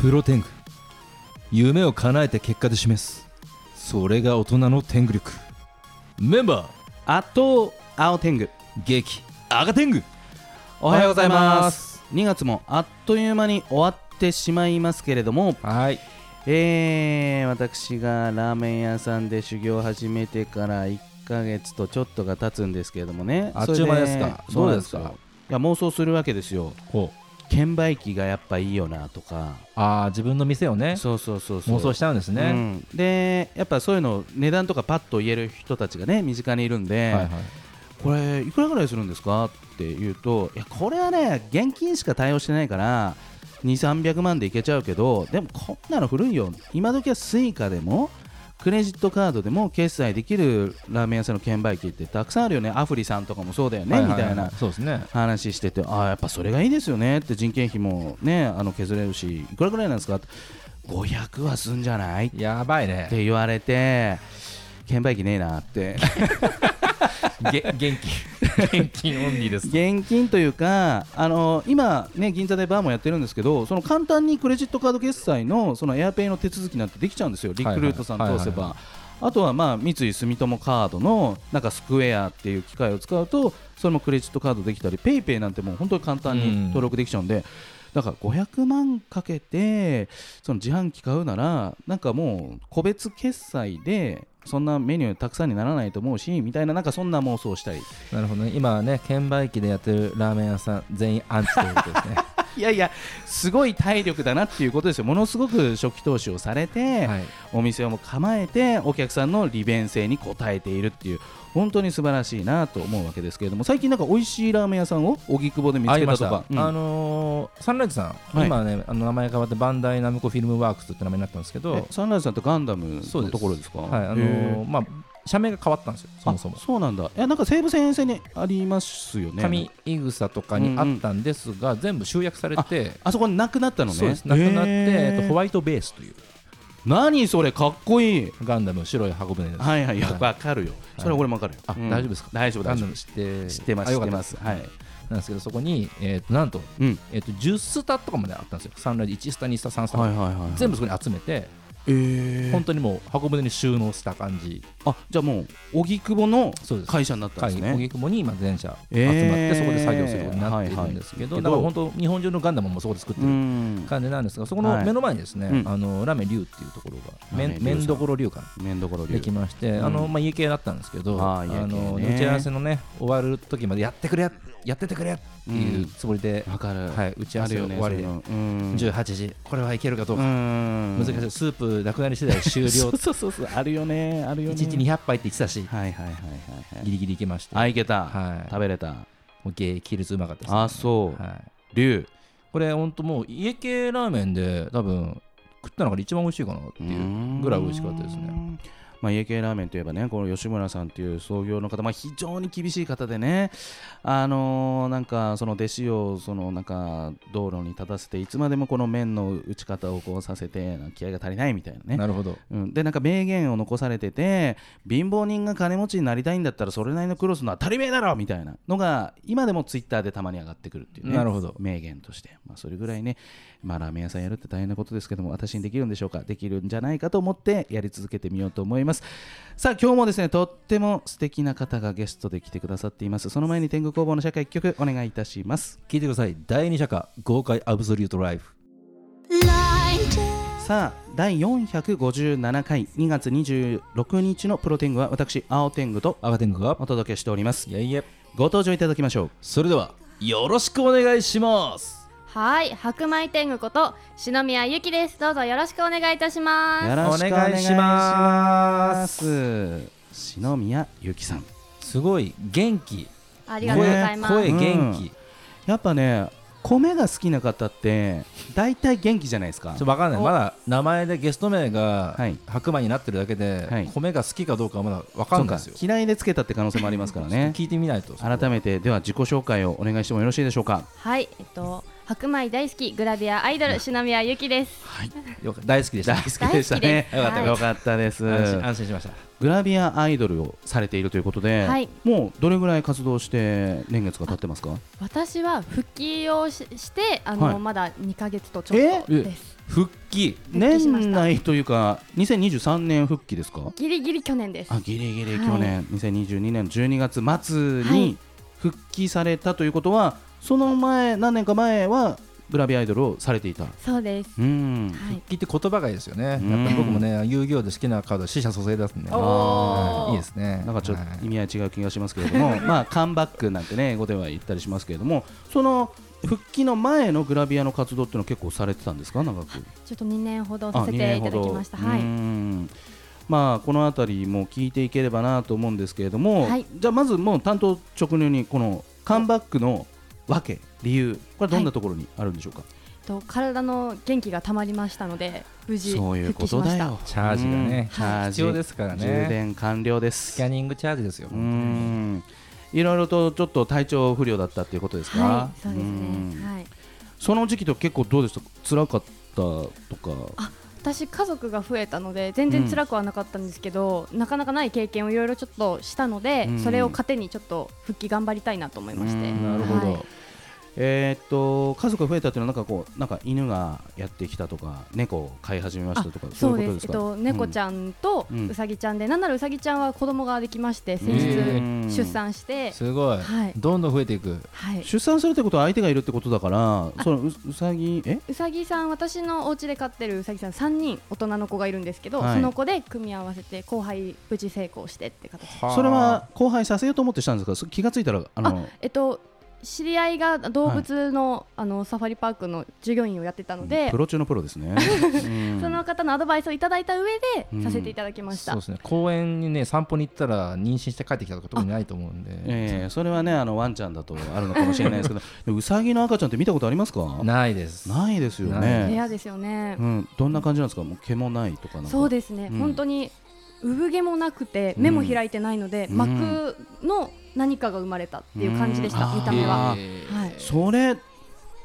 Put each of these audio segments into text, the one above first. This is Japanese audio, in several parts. プロテング夢を叶えて結果で示すそれが大人の天狗力メンバーあと青天狗激赤天狗おはようございます2月もあっという間に終わってしまいますけれどもはいえー、私がラーメン屋さんで修行を始めてから1ヶ月とちょっとが経つんですけれどもねあっちゅう間ですかそそれうですかそうなんよいや妄想するわけですよほう券売機がやっぱいいよなとかああ自分の店をねそうそうそうそう妄想しちゃうんですうね、ん、でやっぱそういうの値段とかパッと言える人たちがね身近にいるんで、はいはいこれいくらぐらいするんですかって言うといやこれはね現金しか対応してないから2300万でいけちゃうけどでもこんなの古いよ今時は Suica でもクレジットカードでも決済できるラーメン屋さんの券売機ってたくさんあるよねアフリさんとかもそうだよね、はいははみたいなそうですね話しててああやっぱそれがいいですよねって人件費もねあの削れるしいくらぐらいなんですかって500はすんじゃないやばいっねて言われて券売機ねえなってげ現 金現金オンリーです現金というかあの今ね銀座でバーもやってるんですけどその簡単にクレジットカード決済のそのエアペイの手続きなんてできちゃうんですよリクルートさんはいはい通せはいばあとはまあ三井住友カードのなんかスクエアっていう機械を使うとそれもクレジットカードできたりペイペイなんてもう本当に簡単うんに登録できちゃうんでだから500万かけてその自販機買うならなんかもう個別決済でそんなメニューたくさんにならないと思うしみたいななんかそんな妄想をしたりなるほどね今はね券売機でやってるラーメン屋さん全員アンチということですねいやいやすごい体力だなっていうことですよものすごく初期投資をされ て、はいお店をも構えてお客さんの利便性に応えているっていう本当に素晴らしいなと思うわけですけれども最近なんか美味しいラーメン屋さんを荻窪で見つあけりまたしとたか、うんあのーサンライズさん、はい今ねあの名前変わってバンダイナムコフィルムワークスって名前になったんですけど、はいえサンライズさんってガンダムそうでのすところですかあのへーまあ、社名が変わったんですよーそもそもあそうなんだいやなんか西武線沿線にありますよね上井草とかにあったんですが、全部集約されてあそこになくなったのねそうですなくなって、えっと、ホワワイトベースという何それかっこいいガンダム白い箱舟です、はいはいいやはいわかるよそれは俺もわかるよ、あうん大丈夫ですか大丈夫ガ大ン丈ダ夫ム知って知ってますあ知よっかてったますはいなんですけどそこに、えっとなんと,、うんえっと10スタとかまであったんですよサンライズ1スタ2スタ3スタ、はいはいはい全部部そこに集めてえー本当にもう箱舟に収納した感じあじゃあもう荻窪のそうです会社になったん会です議荻ね窪に今全社集まっえてーそこで作業することになっているんですけど、はいはいだから本当日本中のガンダムもそこで作ってうるん感じなんですがそこの目の前にですね、はいうんあのラメ龍っていうところがラメめ龍んさん麺どころ龍かな面どころ流できまして、うんあのまあ、家系だったんですけど、ああー家系のね打ち合わせのね、終わる時までやってくれ、やっててくれっていうつもりで、わかるはい、打ち合あわるせのよね終わりで、そういうの18時、これはいけるかどううか、ん難しい、スープなくなり次第終了、 そう1そうそうそうあるよねあるよね日200杯って言ってたし、はいはいはいはいはいギリギリいけました、あいけたはい、食べれたもう激烈うまかったです、あそうはい、龍これ、本当もう家系ラーメンで、多分食った中で一番美味しいかなっていう、ぐらい美味しかったですねうーん。まあ、家系ラーメンといえばね、この吉村さんという創業の方、まあ、非常に厳しい方でね、あのーなんかその弟子をそのなんか道路に立たせて、いつまでもこの麺の打ち方をこうさせて、なんか気合が足りないみたいなね、なるほど、うん、でなんか名言を残されてて貧乏人が金持ちになりたいんだったらそれなりの苦労するのは当たり前だろみたいなのが今でもツイッターでたまに上がってくるっていうねなるほど名言として、まあ、それぐらいね、まあ、ラーメン屋さんやるって大変なことですけども私にできるんでしょうかできるんじゃないかと思ってやり続けてみようと思いますさあ今日もですねとっても素敵な方がゲストで来てくださっていますその前に天狗工房の社会一曲お願いいたします聞いてください、第2社か、豪快アブソリュートライフ。さあ第457回2月26日のプロ天狗は私青天狗と赤天狗がお届けしておりますいやいやご登場いただきましょうそれではよろしくお願いしますはい、白米天狗こと篠宮ゆきです。どうぞよろしくお願いいたします。よろしくお願いしまます篠宮ゆきさんすごい元気あ声りがとうございます。声元気、うんちやっぱね米が好きな方って大体元気じゃないですょかっと分かんないまだ名前でゲスト名がはい白米になってるだけで、はい米が好きかどうかはまだ分かんそうないかですよ嫌いでつけたって可能性も ありますからね聞いてみないと改めてでは自己紹介をお願いしてもよろしいでしょうかはい、えっと白米大好きグラビアアイドル篠宮ゆきですよか大好きでした大好きでしたね大好きですよかったです安心安心しましたグラビアアイドルをされているということで、はいもうどれぐらい活動して年月が経ってますか私は復帰をししてあの、はいまだ2ヶ月とちょっとです復帰復帰しまし年た内というか2023年復帰ですかギリギリ去年ですあギリギリはい去年、2022年12月末はにい復帰されたということは、その前何年か前はグラビアアイドルをされていたそうですうん、はい復帰って言葉がいいですよねやっうんぱ僕もね遊戯王で好きなカード死者蘇生出すんでおーはいいいですねなんかちょっはいと意味合い違う気がしますけれども、まあカムバックなんてね英語では言ったりしますけれどもその復帰の前のグラビアの活動っていうのは結構されてたんですか長くちょっと2年ほどあさ2せて年いほただどきましたはうーいんまあこの辺りも聞いていければなと思うんですけれども、はいじゃあまずもう担当直入にこのカムバックの訳理由これはどんなところにあるんでしょうか、と体の元気がたまりましたので無事そういう復こ帰しとまだしたよチャージがねうんチャージ必要ですからね充電完了でスすキャニングチャージですようーんいろいろとちょっと体調不良だったっていうことですか、はいそうですうんねはいその時期と結構どうでした辛かったとか私家族が増えたので全然辛くはなかったんですけど、なかなかない経験をいろいろちょっとしたので、うんそれを糧にちょっと復帰頑張りたいなと思いまして、うんなるほはいどえーっと家族が増えたっていうのはなんかこうなんか犬がやってきたとか猫を飼い始めましたとかあそそうういうでこすとですか、えっと猫ちゃんとうんうさぎちゃんで、なんならうさぎちゃんは子供ができまして先へー日出産して、すごいはいどんどん増えていくはい、出産するってことは相手がいるってことだからそのううさぎえうさぎさん私のお家で飼ってるうさぎさん3人大人の子がいるんですけど、はいその子で組み合わせて後輩無事成功してって形でそれは後輩させようと思ってしたんですかそ気がついたらあのえっと知り合いが動物の,、あのサファリパークの従業員をやってたのでプロ中のプロ ですね、うんその方のアドバイスをいただいた上で、うんさせていただきました。そうですね公園にね散歩に行ったら妊娠して帰ってきたとか特にないと思うんでええそれはねあのワンちゃんだとあるのかもしれないですけ どでもうさぎの赤ちゃんって見たことありますかないですないですよな部ね、屋ですよねう。ん、どんな感じなんですかもう毛もないとかなんかそうですね、うん本当に産毛もなくて、うん目も開いてないので、うん膜の何かが生まれたっていう感じでした、うん見た目はあ。えはいそれ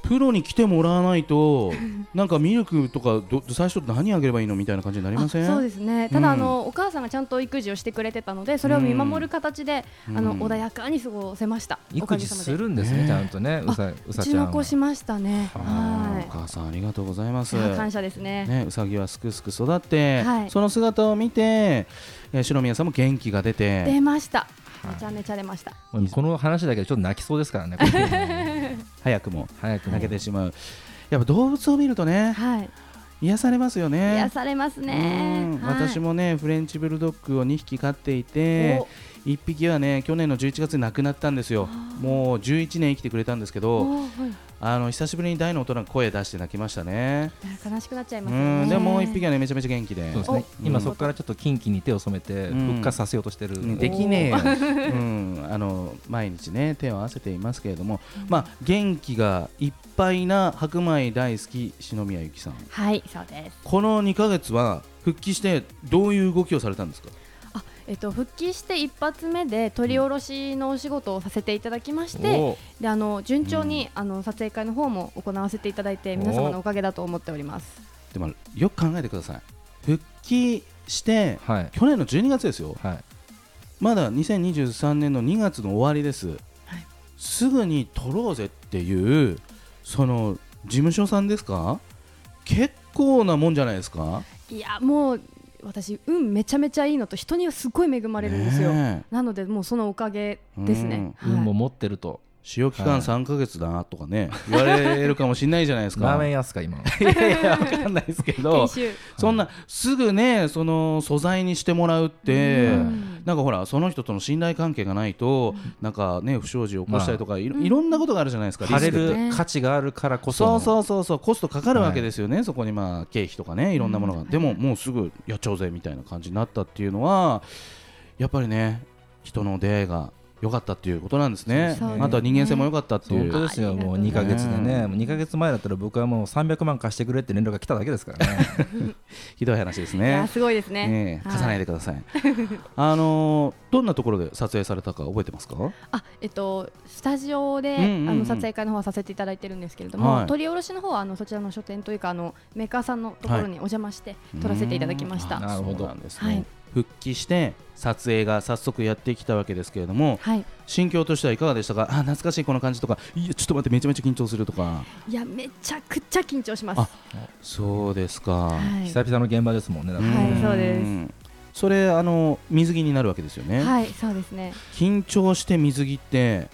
プロに来てもらわない となんかミルクとかど最初何あげればいいのみたいな感じになりませんそうですねただ、うんあのお母さんがちゃんと育児をしてくれてたのでそれを見守る形で、うんあの穏やかに過ごせました、お育かげ児さますでるんですね、ねちゃんとね、うさううさちちゃのん子は。しましたねあーおは母さんありがとうございますいいや感謝ですねね、うさぎはすくすく育って、はいその姿を見て、えー、篠宮さんも元気が出て出ましたはいめちゃめちゃ出ましたもうこの話だけでちょっと泣きそうですから ね、これ早くも早くも投げてしまうやっぱ動物を見るとねはい癒されますよね癒されますねうんはい私もねフレンチブルドッグを2匹飼っていてお1匹はね去年の11月に亡くなったんですよもう11年生きてくれたんですけどおーはいあの久しぶりに大の大人が声出して泣きましたね悲しくなっちゃいうますよね。んでもう1匹はねめちゃめちゃ元気でそうですね、お今そこからちょっとキンキに手を染めて、うん復活させようとしてる、うんできねえよ、うん、あの毎日ね手を合わせていますけれども、まあ、元気がいっぱいな白米大好き篠宮ゆきさんはい、そうです。この2ヶ月は復帰してどういう動きをされたんですかあ、えっと復帰して一発目で取り下ろしのお仕事をさせていただきまして、おであの順調に、あの撮影会の方も行わせていただいて皆様のおかげだと思っております。でもよく考えてください復帰してはい、去年の12月ですよはい、まだ2023年の2月の終わりです、はいすぐに取ろうぜっていうその事務所さんですか結構なもんじゃないですかいやもう私運めちゃめちゃいいのと人にはすごい恵まれるんですよ。ねえなのでもうそのおかげですね。はい運も持ってると、使用期間3ヶ月だとかね、言われるかもしれないじゃない ですかラーメン屋っすか、今の。いやいやわかんないですけど研修そんなすぐねその素材にしてもらうって、うんなんかほらその人との信頼関係がないと、なんかね不祥事を起こしたりとか、いろいろんなことがあるじゃないです か、晴れリスクってる価値があるからこそその、うそうそうそうコストかかるわけですよね、そこにまあ経費とかねいろんなものが、でももうすぐやっちゃおうぜみたいな感じになったっていうのはやっぱりね人の出会いが良かったっていうことなんですねそうですねあとは人間性も良かったってい本う当ですあよりがともううござい2ますヶ月でねもう2ヶ月前だったら僕はもう300万貸してくれって連絡が来ただけですからねひどい話ですいやねーすごいですね。ねえ貸さないで。でくだ さいあのーどんなところで撮影されたか覚えてますかあ、えっとスタジオで、うんうんうんあの撮影会の方はさせていただいてるんですけれども、はい取り下ろしの方はあのそちらの書店というかあのメーカーさんのところにお邪魔して撮らせていただきましうた。んあなるほどそうなんですねはい復帰して撮影が早速やってきたわけですけれどもはい。心境としてはいかがでしたかあ懐かしいこの感じとかいやちょっと待ってめちゃめちゃ緊張するとかいやめちゃくちゃ緊張します。あそうですか、はい。久々の現場ですもんねだってはねいそうですすそれあの水着になるわけですよね、はい、そうですね。緊張して水着って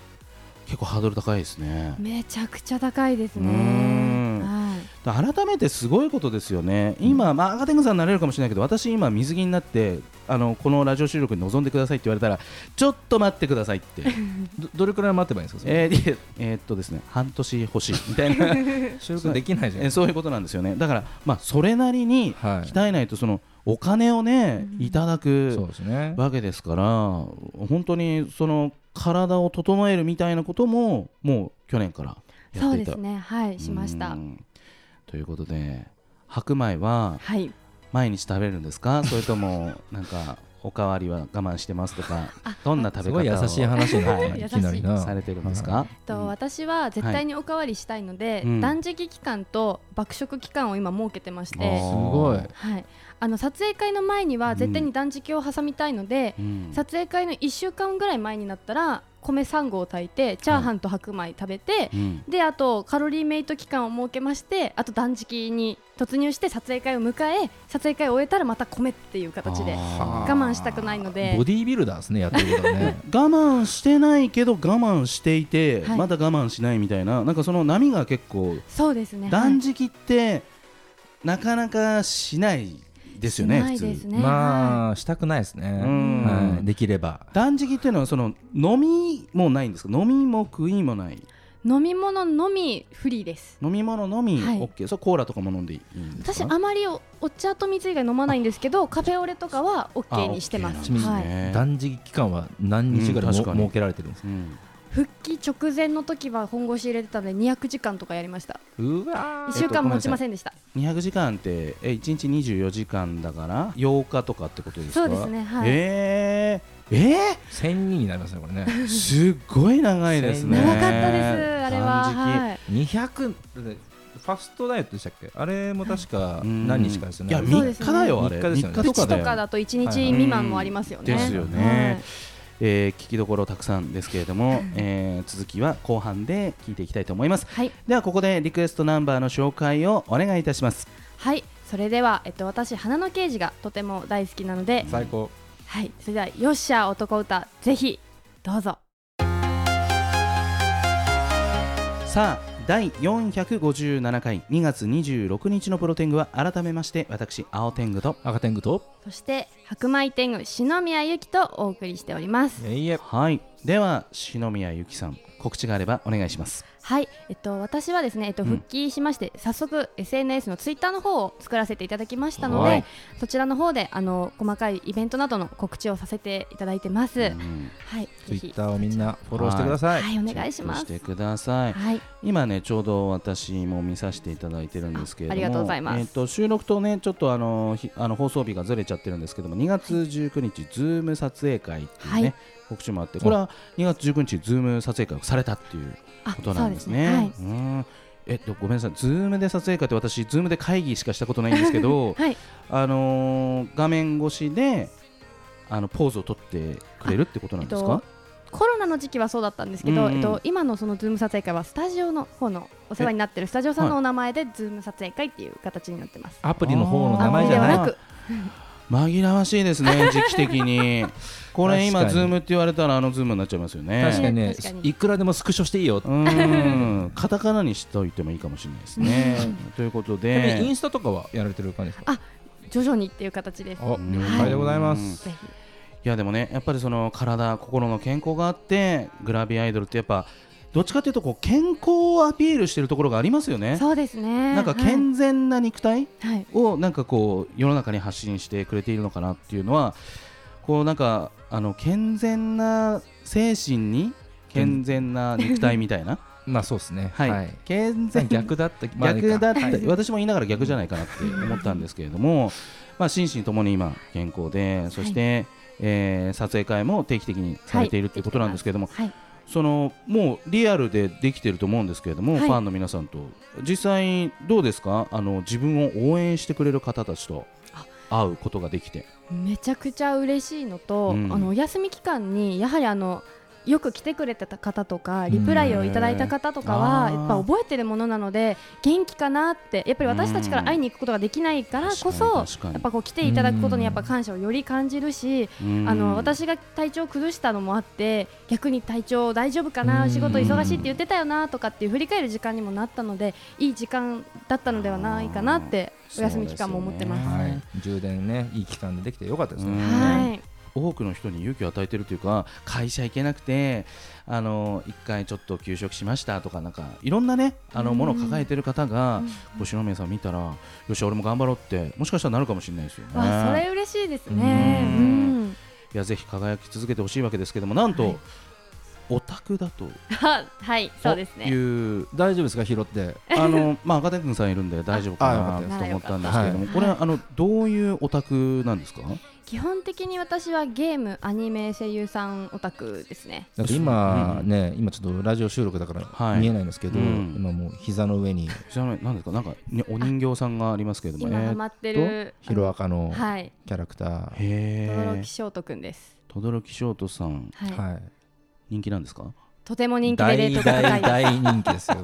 結構ハードル高いですねめちゃくちゃ高いですうーね。んはい。改めてすごいことですよね、今、まあ、アガテングさんになれるかもしれないけど、私、今、水着になってあの、このラジオ収録に臨んでくださいって言われたら、ちょっと待ってくださいっ て、どどれくらい待てばいいんですかそれえーいええーっとですね、半年欲しいみたい な、収録できないじゃんえそういうことなんですよね、だから、まあ、それなりにはい鍛えないと、そのお金をね、うんいただそうくですねわけですから、本当にその体を整えるみたいなことも、もう去年からやそっうていでた。すね。はい、しましうた。んということで、白米ははい。毎日食べるんですかそれともなんかおかわりは我慢してますとかどんな食べす方ごをい優しい話になったなはいいきなりなされてるんですか、えっと私は絶対におかわりしたいので、うん断食期間と爆食期間を今設けてましあーて、すごいはい、あの撮影会の前には絶対に断食を挟みたいので、うん撮影会の1週間ぐらい前になったら米3合炊いてチャーハンと白米食べて、うんであとカロリーメイト期間を設けましてあと断食に突入して撮影会を迎え撮影会を終えたらまた米っていう形であはー我慢したくないのでボディービルダーですねやってる ことはね我慢してないけど我慢していて、はいまだ我慢しないみたいななんかその波が結構そうですね断食ってなかなかしないですよねないで普す通ねまあしたくないですうねんはいできれば断食っていうのはその飲みもないんですか飲みも食いもない飲み物のみフリーです飲み物のみはい OK、そうコーラとかも飲んでいいんです私かあまりおお茶と水以外飲まないんですけどカフェオレとかはあ OK にしてま OK す、なんですはねい、断食期間は何日ぐらいもうん確かに設けられてるんですかうん復帰直前の時は本腰入れてたので200時間とかやりましたうわ1ー週間持ちませんでした、 200時間ってえ1日24時間だから8日とかってことですかそうですねはいえー、え1000人になりますねこれねー、すっごい長いですね長かったですあれ断は食はい200でファストダイエットでしたっけあれも確かうん何日かですよねいやそうで3すね日だよあれ三日ですよね三プチとだよかだと1日未満もありますよね、ですよね、えー聞きどころたくさんですけれど も、えー続きは後半で聞いていきたいと思いますはい、はいではここでリクエストナンバーの紹介をお願いいたしますはいそれでは、えっと、私花の刑事がとても大好きなので、最高はい、それではよっしゃ男歌ぜひどうぞさあ第457回2月26日のプロテングは改めまして私青天狗と赤天狗とそして白米天狗篠宮ゆきとお送りしておりますいえいえはい、では篠宮ゆきさん告知があればお願いします。はい、えっと、私はですね、えっと、うん復帰しまして、早速 SNS のツイッターの方を作らせていただきましたのはでいそちらの方であの細かいイベントなどの告知をさせていただいてます、うんはいぜひ Twitter をみんなフォローしてくださいはいお願いしますチェックしてください。はい今ねちょうど私も見させていただいてるんですけれども、あありがとうございますえっ、と収録とねちょっとあのひあの放送日がずれちゃってるんですけども、2月19日ズーム撮影会っていうね、はい告知もあって、これは2月19日ズーム撮影会をされたっていうあことなんですそうね。うんえっとごめんなさい、ズームで撮影会って私ズームで会議しかしたことないんですけど。 はい、はい、あのー画面越しであのポーズを取ってくれるってことなんですか、コロナの時期はそうだったんですけど、うんうんえっと、今のそのズーム撮影会はスタジオの方のお世話になってるスタジオさんのお名前でズーム撮影会っていう形になってます、アプリの方の名アプ前リじでゃはないなく紛らわしいですね時期的にこれ今確ズかにームって言われたらあのズームになっちゃいますよね確かにね確かにいくらでもスクショしていいようーんカタカナにしておいてもいいかもしれないですねということちなみにイでンスタとかはやられてる感じですか徐々にっていう形ですあ了ん解でございますぜひいやでもねやっぱりその体心の健康があってグラビアアイドルってやっぱどっちかというとこう健康をアピールしてるところがありますよねそうですねなんかはい健全な肉体、はいをなんかこう世の中に発信してくれているのかなっていうのはこうなんかあの健全な精神に健全な肉体みたいな、まあそうですねはい健全 逆だったまあ逆だっいいかた、私も言いながら逆じゃないかなって思ったんですけれども、まあ、心身ともに今健康でそして、えー撮影会も定期的にされているということなんですけれども、はい、そのもうリアルでできてると思うんですけれども、はいファンの皆さんと実際どうですかあの自分を応援してくれる方たちと会うことができて。めちゃくちゃ嬉しいのと、うんあのお休み期間にやはりあのよく来てくれてた方とかリプライをいただいた方とかはうんやっぱ覚えてるものなので元気かなってやっぱり私たちから会いに行くことができないからこそや確かにっぱこう来ていただくことにやっぱ感謝をより感じるしあの私が体調を崩したのもあって逆に体調大丈夫かうなん仕事忙しいって言ってたよなとかっていう振り返る時間にもなったのでいい時間だったのではないかなってお休み期間も思ってます。そうですよねはい充電ねいい期間でできてよかったですうねんはい多くの人に勇気を与えてるというか会社行けなくてあの一回ちょっと休職しましたとかなんかいろんなねあのうんものを抱えてる方がうんご指名さん見たらよし俺も頑張ろうってもしかしたらなるかもしれないですよね。わあそれ嬉しいですね。ううんん。 いやぜひ輝き続けてほしいわけですけどもなんと、はいオタクだとははい、そうですいね。う大丈夫ですか拾ってあのまあ赤君さんいるんで大丈夫ああかよかなとったです思ったんですけれども、ならよかったこれはいあのどういうオタクなんですか？基本的に私はゲーム、アニメ、声優さんオタクですね。だって今ね今ちょっとラジオ収録だからはい見えないんですけどうん今もう膝の上に知らないなんですかなんかねお人形さんがありますけれども今ねハ。マってる。ヒロアカのはい。キャラクタへ轟え木。翔斗くんです。轟翔斗さんはーい。はい人気なんですかとても人気でレ大ートが高大いです。大人気ですよ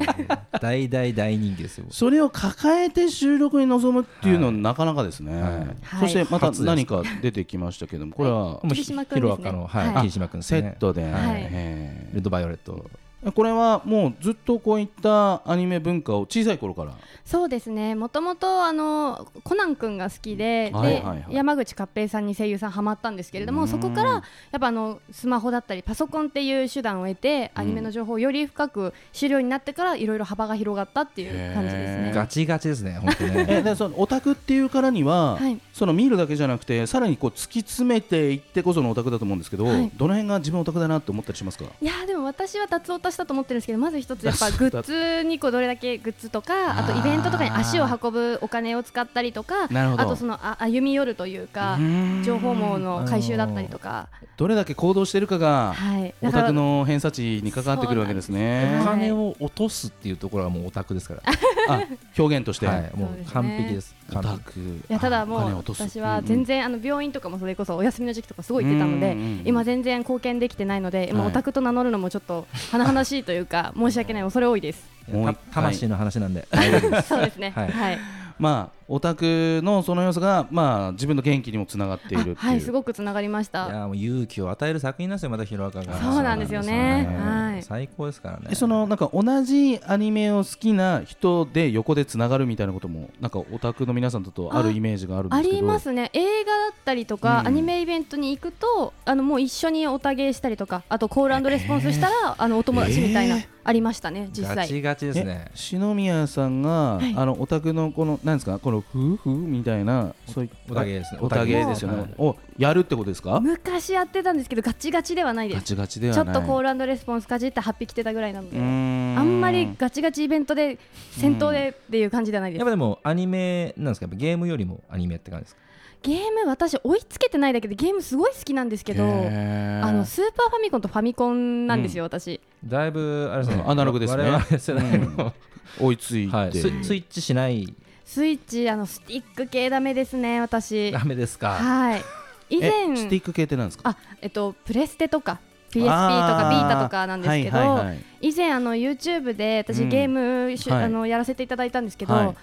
大大大人気ですよそれを抱えて収録に臨むっていうのははいなかなかですね、はいそしてまた初です何か出てきましたけどもこれはもうひ霧島くんですヒねロアカのはいはい霧島くんですセねットで、はいへレッドバイオレットえこれはもうずっとこういったアニメ文化を小さい頃からそうですね。もともとあのコナンくんが好きで、はいはいはいで山口勝平さんに声優さんハマったんですけれどうも、んそこからやっぱあのスマホだったりパソコンっていう手段を得てアニメの情報をより深く知るようになってからいろいろ幅が広がったっていう感じですへねー。ガチガチですね本当 ねえでそのオタクっていうからには、はいその見るだけじゃなくてさらにこう突き詰めていってこそのオタクだと思うんですけど、はいどの辺が自分オタクだなって思ったりしますかいやーでも私は脱オタしたと思ってるんですけどまず一つやっぱグッズにこうどれだけグッズとかあとイベントとかに足を運ぶお金を使ったりとかなるほどあとそのあ歩み寄るというか情報網の回収だったりとかどれだけ行動してるかが、はいオだかタらクの偏差値に関わってくるわけですおそうなんねです金を落とすっていうところはもうオタクですからあ表現として、はいもう完璧ですオ完タ璧クいやただもお金うを落とす私は全然あの病院とかもそれこそお休みの時期とかすごい行ってたのでうんうんうん今全然貢献できてないので今はいオタクと名乗るのもちょっと華々しいというか申し訳ない恐れ多いですいやもう一た回魂の話なんで大丈夫です そうですねはいはいまあオタクのその要素がまあ自分の元気にもつながっているっていうあはいすごくつながりましいたやもう勇気を与える作品なんですよまたヒロアカがそうなんですよねそうなんですよ最高ですからねえそのなんか同じアニメを好きな人で横でつながるみたいなこともなんかオタクの皆さんだとあるイメージがあるんであすけどりますね映画だったりとか、うんアニメイベントに行くとあのもう一緒におたげしたりとかあとコールレスポンスしたら、あのお友達みたいな、えーありましたね実ガ際チガチですねえ篠宮さんが、はいあのオタクのこのなんですかこの夫婦みたいなそういうオタゲですねオタゲですよね、はいをやるってことですか昔やってたんですけどガチガチではないでガすチガチではちょなっいとコールレスポンスかじってハッピー来てたぐらいなのであんまりガチガチイベントで先頭でっていう感じではないでやすっぱでもアニメなんですかやっぱゲームよりもアニメって感じですかゲーム私追いつけてないだけでゲームすごい好きなんですけどあのスーパーファミコンとファミコンなんですよ、私だいぶあれですねうんアナログですね我々世代の追いついて、はいススイッチしないスイッチあのスティック系ダメですね私ダメですかはい。以前えスティック系ってなんですかあえっとプレステとか PSP あとかービータとかなんですけど、はいはいはい以前あの YouTube でう私んゲームしゅ、はいあのやらせていただいたんですけど。はい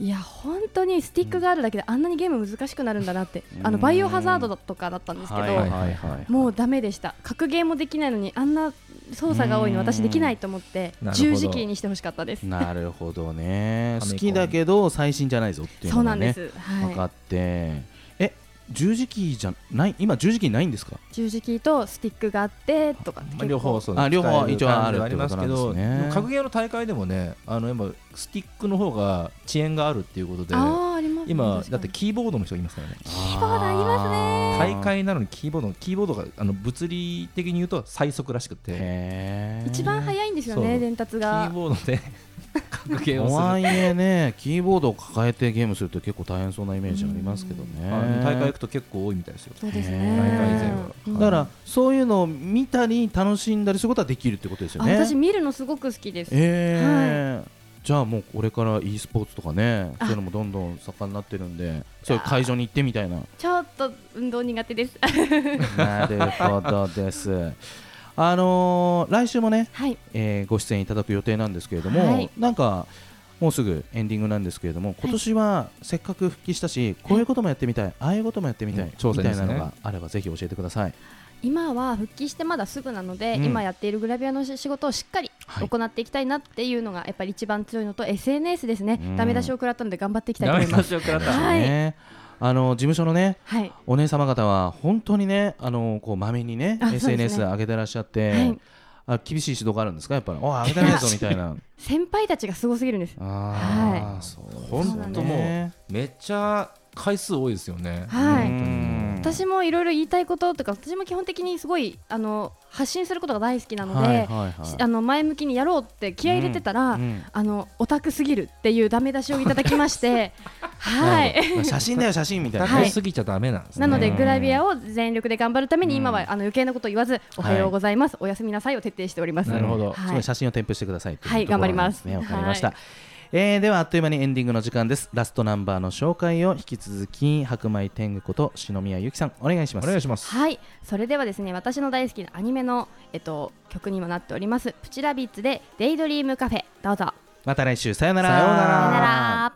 いや本当にスティックがあるだけであんなにゲーム難しくなるんだなって、あのうんバイオハザードだとかだったんですけど、はいはいはいもうダメでした格ゲーもできないのにあんな操作が多いのうん私できないと思ってなるほど十字キーにしてほしかったですなるほど ねファミ好コンきだけど最新じゃないぞっていうそうのがなんでねす、分かはってえ十字キーじゃない今十字キーないんですかい、十字キーとスティックがあってとかってま結あ構両方そうですあ両方使える一応あ感るじはありますけっどてことなんですね格ゲーの大会でもねあのやっぱスティックの方が遅延があるっていうことであーありますね今確かだってにキーボードの人いますからねキーボードありますねあー大会なのにキーボードのキーボードがあの物理的に言うと最速らしくてへえ一番早いんですよそねう伝達キがーボードで 格ゲーをする怖いえねキーボードを抱えてゲームすると結構大変そうなイメージありますけどねあの大会行くと結構多いみたいですよそうですへねー大会以前はうんだからそういうのを見たり楽しんだりすることはできるってことですよあね私見るのすごく好きですえーじゃあもうこれから e スポーツとかねあそういうのもどんどん盛んになってるんでそういう会場に行ってみたいなちょっと運動苦手です。なるほどですあのー来週もね、はい。えーご出演いただく予定なんですけれども、はいなんかもうすぐエンディングなんですけれども今年はせっかく復帰したし、こういうこともやってみたいああいうこともやってみたい、うん挑み戦たでいすなねのがあればぜひ教えてください。今は復帰してまだすぐなので、うん今やっているグラビアの仕事をしっかりはい行っていきたいなっていうのがやっぱり一番強いのと SNS ですね、うんダメ出しを食らったので頑張っていきたいとダ思メいま出す。しを食らったはいねあの事務所のねはい、お姉様方は本当にね、あのこうまめにね、あそうですね SNS 上げてらっしゃって、はいあ厳しい指導があるんですか、やっぱり、おい上げてない ぞみたいな、先輩たちがすごすぎるんです。あはーそほうんともうねめっちゃ回数多いですよねはい本当にもう私もいろいろ言いたいこととか、私も基本的にすごいあの発信することが大好きなので、はいはいはいしあの前向きにやろうって気合い入れてたら、うんあのオタクすぎるっていうダメ出しをいただき まして、はいな。るほ ど写真だよ、写真みたいな、高すぎちゃダメなんですねなのでうんグラビアを全力で頑張るためにうん今はあの余計なこと言わずおはようございます、おやすみなさいを徹底しております。なるほどそのはい、写真を添付してくださいとうはいところなんですね頑張わりますかりました、えーではあっという間にエンディングの時間ですラストナンバーの紹介を引き続き白米天狗こと篠宮ゆきさんお願いしますお願いしますはい、それではですね私の大好きなアニメのえっと曲にもなっておりますプチラビッツでデイドリームカフェどうぞ。また来週さようならさよなら。